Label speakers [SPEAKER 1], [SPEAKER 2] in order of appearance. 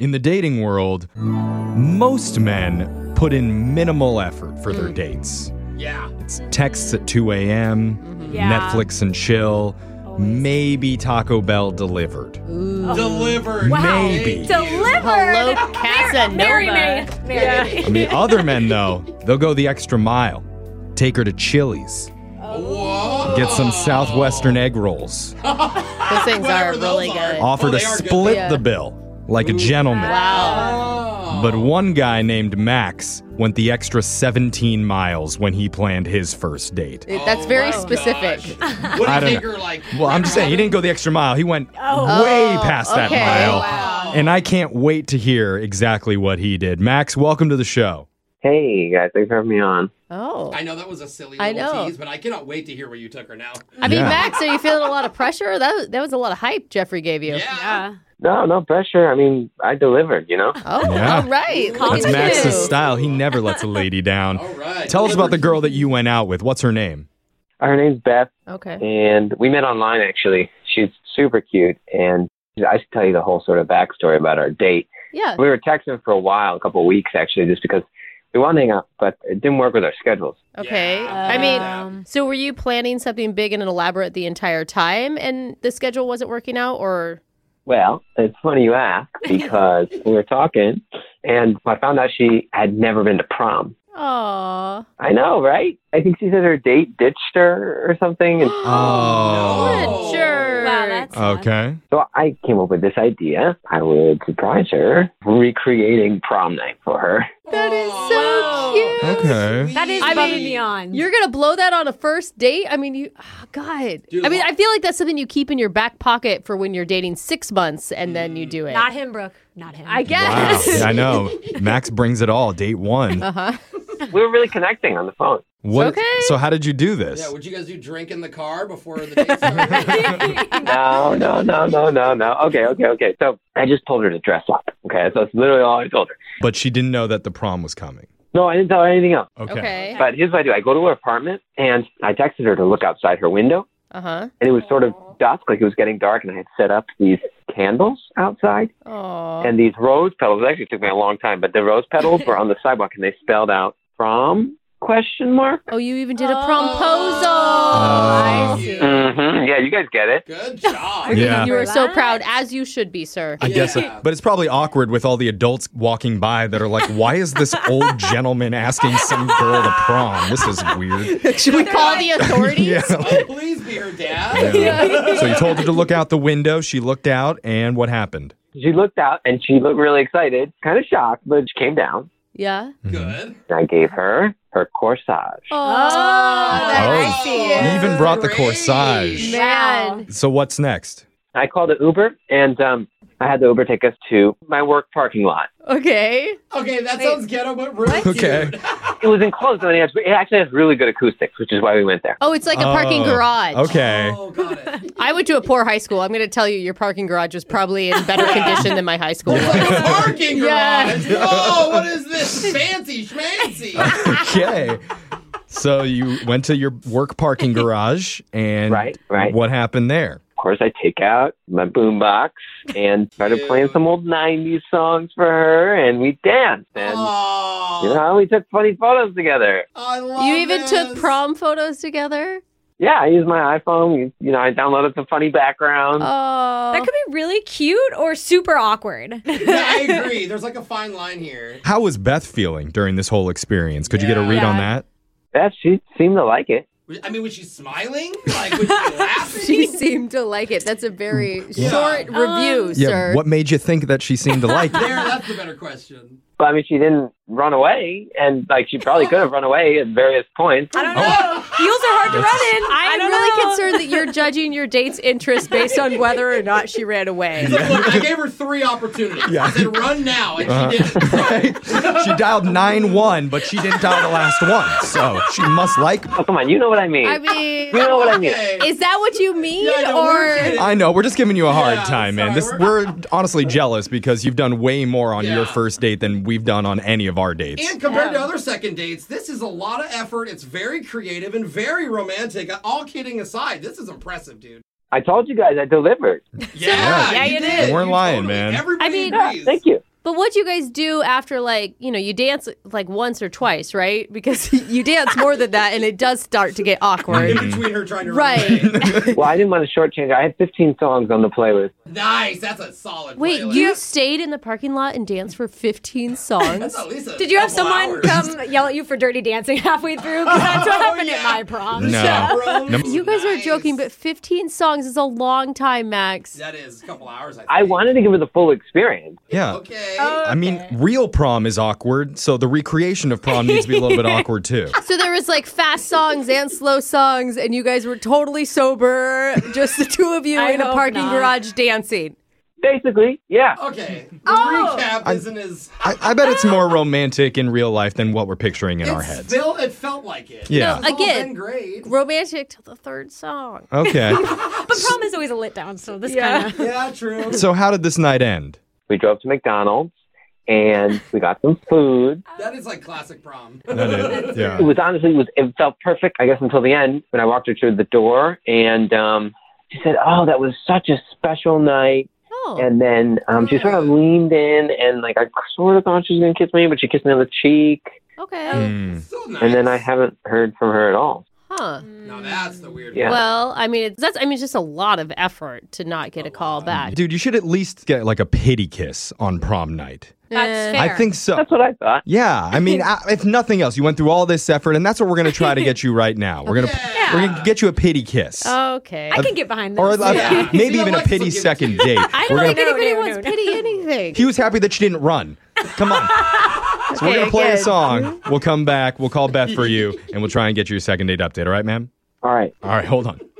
[SPEAKER 1] in the dating world, most men put in minimal effort for their dates.
[SPEAKER 2] Yeah.
[SPEAKER 1] It's texts at 2 a.m.,
[SPEAKER 3] Mm-hmm. Yeah.
[SPEAKER 1] Netflix and chill,
[SPEAKER 3] Always.
[SPEAKER 1] maybe Taco Bell delivered.
[SPEAKER 4] Oh.
[SPEAKER 2] Delivered.
[SPEAKER 1] Wow.
[SPEAKER 2] Maybe.
[SPEAKER 3] Delivered.
[SPEAKER 4] Hello,
[SPEAKER 3] Mar-
[SPEAKER 4] Casanova.
[SPEAKER 3] Marry me. Marry
[SPEAKER 4] Yeah.
[SPEAKER 3] me.
[SPEAKER 1] I mean, other men, though, they'll go the extra mile. Take her to Chili's,
[SPEAKER 2] Whoa.
[SPEAKER 1] get some Southwestern egg rolls,
[SPEAKER 4] Those things are
[SPEAKER 2] Whatever those
[SPEAKER 4] really
[SPEAKER 2] are.
[SPEAKER 4] good.
[SPEAKER 1] offer
[SPEAKER 2] Oh,
[SPEAKER 1] to
[SPEAKER 2] they are good.
[SPEAKER 1] split
[SPEAKER 4] Yeah.
[SPEAKER 1] the bill like a gentleman.
[SPEAKER 4] Wow.
[SPEAKER 2] Oh.
[SPEAKER 1] But one guy named Max went the extra 17 miles when he planned his first date.
[SPEAKER 4] It- That's very
[SPEAKER 2] Oh,
[SPEAKER 4] specific.
[SPEAKER 2] gosh. What do
[SPEAKER 1] I
[SPEAKER 2] you
[SPEAKER 1] don't
[SPEAKER 2] think
[SPEAKER 1] know.
[SPEAKER 2] are like?
[SPEAKER 1] Well, I'm just saying, he didn't go the extra mile. He went way
[SPEAKER 4] Oh,
[SPEAKER 1] past that
[SPEAKER 4] okay.
[SPEAKER 1] mile.
[SPEAKER 4] Wow.
[SPEAKER 1] And I can't wait to hear exactly what he did. Max, welcome to the show.
[SPEAKER 5] Hey guys, thanks for having me on.
[SPEAKER 4] Oh.
[SPEAKER 2] I know that was a silly
[SPEAKER 4] I
[SPEAKER 2] little
[SPEAKER 4] know.
[SPEAKER 2] tease, but I cannot wait to hear where you took her now.
[SPEAKER 4] I mean,
[SPEAKER 1] Yeah.
[SPEAKER 4] Max, are you feeling a lot of pressure? That, that was a lot of hype Jeffrey gave you.
[SPEAKER 3] Yeah.
[SPEAKER 5] No, no pressure. I mean, I delivered. You know.
[SPEAKER 4] Oh,
[SPEAKER 1] Yeah.
[SPEAKER 4] all right. Look
[SPEAKER 1] That's
[SPEAKER 4] at you.
[SPEAKER 1] Max's style. He never lets a lady down.
[SPEAKER 2] All right.
[SPEAKER 1] Tell us about the girl that you went out with. What's her name?
[SPEAKER 5] Her name's Beth,
[SPEAKER 4] Okay.
[SPEAKER 5] and we met online actually. She's super cute, and I should tell you the whole sort of backstory about our date.
[SPEAKER 4] Yeah.
[SPEAKER 5] We were texting for a while, a couple of weeks actually, just because we wanted to hang out, but it didn't work with our schedules.
[SPEAKER 4] Okay.
[SPEAKER 2] Yeah.
[SPEAKER 4] I mean,
[SPEAKER 3] Um,
[SPEAKER 4] so were you planning something big and elaborate the entire time and the schedule wasn't working out or
[SPEAKER 5] Well, it's funny you ask because we were talking, and I found out she had never been to prom.
[SPEAKER 4] Aw.
[SPEAKER 5] I know, right? I think she said her date ditched her or something, and
[SPEAKER 1] Oh.
[SPEAKER 2] Oh.
[SPEAKER 4] What a jerk.
[SPEAKER 3] Wow, that's sad.
[SPEAKER 1] Okay.
[SPEAKER 5] So I came up with this idea. I would surprise her, recreating prom night for her.
[SPEAKER 4] That is so
[SPEAKER 2] Oh.
[SPEAKER 4] cute.
[SPEAKER 1] Okay.
[SPEAKER 3] That is
[SPEAKER 4] I
[SPEAKER 3] above and
[SPEAKER 4] mean,
[SPEAKER 3] beyond.
[SPEAKER 4] You're gonna blow that on a first date? I mean, you, oh, God.
[SPEAKER 2] Dude,
[SPEAKER 4] I mean,
[SPEAKER 2] wha-
[SPEAKER 4] I feel like that's something you keep in your back pocket for when you're dating six months and then
[SPEAKER 1] Mm.
[SPEAKER 4] you do it.
[SPEAKER 3] not him, Brooke. Not him.
[SPEAKER 4] I
[SPEAKER 1] Wow.
[SPEAKER 4] guess.
[SPEAKER 1] Yeah, I know. Max brings it all. Date one.
[SPEAKER 4] Uh huh.
[SPEAKER 5] We were really connecting on the phone.
[SPEAKER 1] What?
[SPEAKER 4] Okay.
[SPEAKER 1] So how did you do this?
[SPEAKER 2] Yeah, would you guys do drink in the car before the date started?
[SPEAKER 5] No, no, no, no, no, no. Okay, okay, okay. So I just told her to dress up. Okay, so that's literally all I told her.
[SPEAKER 1] But she didn't know that the prom was coming.
[SPEAKER 5] No, I didn't tell her anything else.
[SPEAKER 1] Okay.
[SPEAKER 4] Okay.
[SPEAKER 5] But here's what I do. I go to her apartment and I texted her to look outside her window.
[SPEAKER 4] Uh huh.
[SPEAKER 5] And it was sort of dusk, like it was getting dark, and I had set up these candles outside
[SPEAKER 4] Aw.
[SPEAKER 5] and these rose petals. It actually took me a long time, but the rose petals were on the sidewalk and they spelled out prom question mark.
[SPEAKER 4] Oh, you even did a
[SPEAKER 3] Oh.
[SPEAKER 4] promposal.
[SPEAKER 1] Oh.
[SPEAKER 2] Cute.
[SPEAKER 5] Mm-hmm. Yeah, you guys get it.
[SPEAKER 2] Good job.
[SPEAKER 1] Yeah.
[SPEAKER 4] You were so
[SPEAKER 3] Relax.
[SPEAKER 4] proud, as you should be, sir.
[SPEAKER 1] I guess, it,
[SPEAKER 2] Yeah.
[SPEAKER 1] but it's probably awkward with all the adults walking by that are like, "Why is this old gentleman asking some girl to prom? This is weird."
[SPEAKER 4] Should we call the authorities?
[SPEAKER 1] Yeah.
[SPEAKER 2] Oh, please be her dad.
[SPEAKER 1] Yeah. So you told her to look out the window. She looked out, and what happened?
[SPEAKER 5] She looked out and she looked really excited, kind of shocked, but she came down.
[SPEAKER 4] Yeah.
[SPEAKER 2] Good.
[SPEAKER 5] And I gave her her corsage.
[SPEAKER 4] Oh,
[SPEAKER 3] that's
[SPEAKER 1] Oh.
[SPEAKER 3] cute.
[SPEAKER 1] You even brought the corsage.
[SPEAKER 4] man.
[SPEAKER 1] So what's next?
[SPEAKER 5] I called an Uber and um, I had the Uber take us to my work parking lot.
[SPEAKER 4] Okay.
[SPEAKER 2] Okay, that sounds ghetto, but really cute.
[SPEAKER 1] Okay.
[SPEAKER 5] It was enclosed, and it, has, it actually has really good acoustics, which is why we went there.
[SPEAKER 4] Oh, it's like a parking
[SPEAKER 1] Oh,
[SPEAKER 4] garage.
[SPEAKER 1] Okay.
[SPEAKER 2] Oh, got it.
[SPEAKER 4] I went to a poor high school. I'm going to tell you, your parking garage was probably in better condition than my high school was.
[SPEAKER 2] Like a parking
[SPEAKER 4] Yeah.
[SPEAKER 2] garage. Whoa, what is this? Fancy schmancy.
[SPEAKER 1] Okay. So you went to your work parking garage, and
[SPEAKER 5] Right, right.
[SPEAKER 1] what happened there?
[SPEAKER 5] Of course, I take out my boombox and started
[SPEAKER 2] Cute.
[SPEAKER 5] playing some old 90s songs for her, and we danced. And,
[SPEAKER 2] Oh,
[SPEAKER 5] you know, we took funny photos together.
[SPEAKER 2] I love
[SPEAKER 4] You even
[SPEAKER 2] this.
[SPEAKER 4] took prom photos together?
[SPEAKER 5] Yeah, I used my iPhone. You, you know, I downloaded some funny backgrounds.
[SPEAKER 4] Oh.
[SPEAKER 3] Um, That could be really cute or super awkward.
[SPEAKER 2] Yeah, I agree. There's like a fine line here.
[SPEAKER 1] How was Beth feeling during this whole experience? Could you get a read on that?
[SPEAKER 5] Yeah, she seemed to like it.
[SPEAKER 2] I mean, was she smiling? Like, was she laughing?
[SPEAKER 4] she seemed to like it. That's a very short
[SPEAKER 3] Um,
[SPEAKER 4] review,
[SPEAKER 1] Yeah.
[SPEAKER 4] sir.
[SPEAKER 1] What made you think that she seemed to like it?
[SPEAKER 2] There, that's the better question.
[SPEAKER 5] But I mean, she didn't run away, and like she probably could have run away at various points.
[SPEAKER 3] I don't
[SPEAKER 1] Oh,
[SPEAKER 3] know. Heels are hard to run in. I
[SPEAKER 4] I'm
[SPEAKER 3] don't
[SPEAKER 4] really
[SPEAKER 3] know.
[SPEAKER 4] concerned that you're judging your date's interest based on whether or not she ran away.
[SPEAKER 2] Look, I gave her three opportunities.
[SPEAKER 1] Yeah. Uh-huh.
[SPEAKER 2] I said, run now, and she didn't.
[SPEAKER 1] she dialed 9 1, but she didn't dial the last one. So she must like me.
[SPEAKER 5] Oh, come on, you know what I mean.
[SPEAKER 4] I mean,
[SPEAKER 5] you know what I mean.
[SPEAKER 2] Okay.
[SPEAKER 4] is that what you mean?
[SPEAKER 2] Yeah, I know, we're
[SPEAKER 4] or
[SPEAKER 2] kidding.
[SPEAKER 1] I know, we're just giving you a hard
[SPEAKER 2] Yeah,
[SPEAKER 1] time, man. This
[SPEAKER 2] sorry,
[SPEAKER 1] we're, honestly jealous because you've done way more on your
[SPEAKER 2] Yeah.
[SPEAKER 1] first date than we've done on any of our dates.
[SPEAKER 2] And compared to other second dates, this is a lot of effort. It's very creative and very romantic. All kidding aside, this is impressive, dude.
[SPEAKER 5] I told you guys I delivered.
[SPEAKER 2] Yeah,
[SPEAKER 1] Yeah,
[SPEAKER 3] you did.
[SPEAKER 1] You weren't lying, man.
[SPEAKER 2] Everybody
[SPEAKER 3] I mean-
[SPEAKER 5] Yeah,
[SPEAKER 2] agrees.
[SPEAKER 5] thank you.
[SPEAKER 4] But what you guys do after like, you know, you dance like once or twice, right? Because you dance more than that and it does start to
[SPEAKER 2] In
[SPEAKER 4] get awkward.
[SPEAKER 2] between her trying to
[SPEAKER 4] Right.
[SPEAKER 2] run away.
[SPEAKER 5] Well, I didn't want to shortchange. it. I had 15 songs on the playlist.
[SPEAKER 2] Nice. That's a solid.
[SPEAKER 4] Wait,
[SPEAKER 2] playlist.
[SPEAKER 4] you stayed in the parking lot and danced for 15
[SPEAKER 2] That's
[SPEAKER 4] songs?
[SPEAKER 2] at least a
[SPEAKER 3] Did you have
[SPEAKER 2] couple
[SPEAKER 3] someone
[SPEAKER 2] hours.
[SPEAKER 3] come yell at you for dirty dancing halfway through? 'Cause that's what
[SPEAKER 2] Oh,
[SPEAKER 3] happened
[SPEAKER 2] yeah.
[SPEAKER 3] at my prom.
[SPEAKER 1] No.
[SPEAKER 2] Chaperones?
[SPEAKER 1] No.
[SPEAKER 4] You guys are
[SPEAKER 2] Nice.
[SPEAKER 4] joking, but 15 songs is a long time, Max.
[SPEAKER 2] that is a couple hours. I, think.
[SPEAKER 5] I wanted to give her the full experience.
[SPEAKER 1] Yeah.
[SPEAKER 2] Okay.
[SPEAKER 1] I mean, real prom is awkward, so the recreation of prom needs to be a little bit awkward too.
[SPEAKER 4] So there was like fast songs and slow songs, and you guys were totally sober, just the two of you
[SPEAKER 3] I
[SPEAKER 4] in a
[SPEAKER 3] hope
[SPEAKER 4] parking
[SPEAKER 3] not.
[SPEAKER 4] garage dancing.
[SPEAKER 5] Basically, yeah.
[SPEAKER 3] Oh.
[SPEAKER 2] okay. The recap isn't as.
[SPEAKER 1] I, I bet it's more romantic in real life than what we're picturing in our
[SPEAKER 2] It's
[SPEAKER 1] heads.
[SPEAKER 2] Still, it felt like it.
[SPEAKER 1] Yeah. No,
[SPEAKER 2] It's all
[SPEAKER 4] again-
[SPEAKER 2] been great.
[SPEAKER 4] Romantic till the third song.
[SPEAKER 1] Okay.
[SPEAKER 3] But prom is always a lit down, so this
[SPEAKER 4] Yeah.
[SPEAKER 3] kind of.
[SPEAKER 2] Yeah, true.
[SPEAKER 1] so how did this night end?
[SPEAKER 5] We drove to McDonald's and we got some food.
[SPEAKER 2] that is like classic prom.
[SPEAKER 1] That it,
[SPEAKER 5] It
[SPEAKER 1] yeah.
[SPEAKER 5] was honestly, it, was, it felt perfect, I guess, until the end when I walked her through the door and um, she said, Oh, that was such a special night.
[SPEAKER 4] Oh.
[SPEAKER 5] And then um, she sort of leaned in and like I sort of thought she was going to kiss me, but she kissed me on the cheek.
[SPEAKER 4] okay.
[SPEAKER 3] Mm.
[SPEAKER 1] Hmm.
[SPEAKER 2] So nice.
[SPEAKER 5] And then I haven't heard from her at all.
[SPEAKER 4] Huh.
[SPEAKER 2] Now that's the weird.
[SPEAKER 5] Yeah.
[SPEAKER 2] Part.
[SPEAKER 4] Well, I mean, it's, that's I mean, it's just a lot of effort to not get a call back.
[SPEAKER 1] Dude, you should at least get like a pity kiss on prom night.
[SPEAKER 3] That's fair.
[SPEAKER 1] I think so.
[SPEAKER 5] That's what I thought.
[SPEAKER 1] Yeah, I mean, I, if nothing else, you went through all this effort, and that's what we're gonna try to get you right now. We're gonna
[SPEAKER 2] Yeah.
[SPEAKER 1] we're gonna get you a pity kiss,
[SPEAKER 4] Oh, Okay.
[SPEAKER 3] I can get behind this.
[SPEAKER 1] or a- a-
[SPEAKER 2] Yeah.
[SPEAKER 1] maybe
[SPEAKER 2] See,
[SPEAKER 1] even a
[SPEAKER 2] Alexis
[SPEAKER 1] pity
[SPEAKER 2] will give it to
[SPEAKER 1] second date.
[SPEAKER 4] I
[SPEAKER 1] We're
[SPEAKER 4] don't
[SPEAKER 1] gonna-
[SPEAKER 4] think anybody
[SPEAKER 3] No, no,
[SPEAKER 4] wants
[SPEAKER 3] no, no.
[SPEAKER 4] pity anything.
[SPEAKER 1] he was happy that she didn't run. Come on. So we're gonna play a
[SPEAKER 4] good.
[SPEAKER 1] song. We'll come back. We'll call Beth for you, and we'll try and get you a second date update. All right, ma'am.
[SPEAKER 5] All right.
[SPEAKER 1] All right, hold on.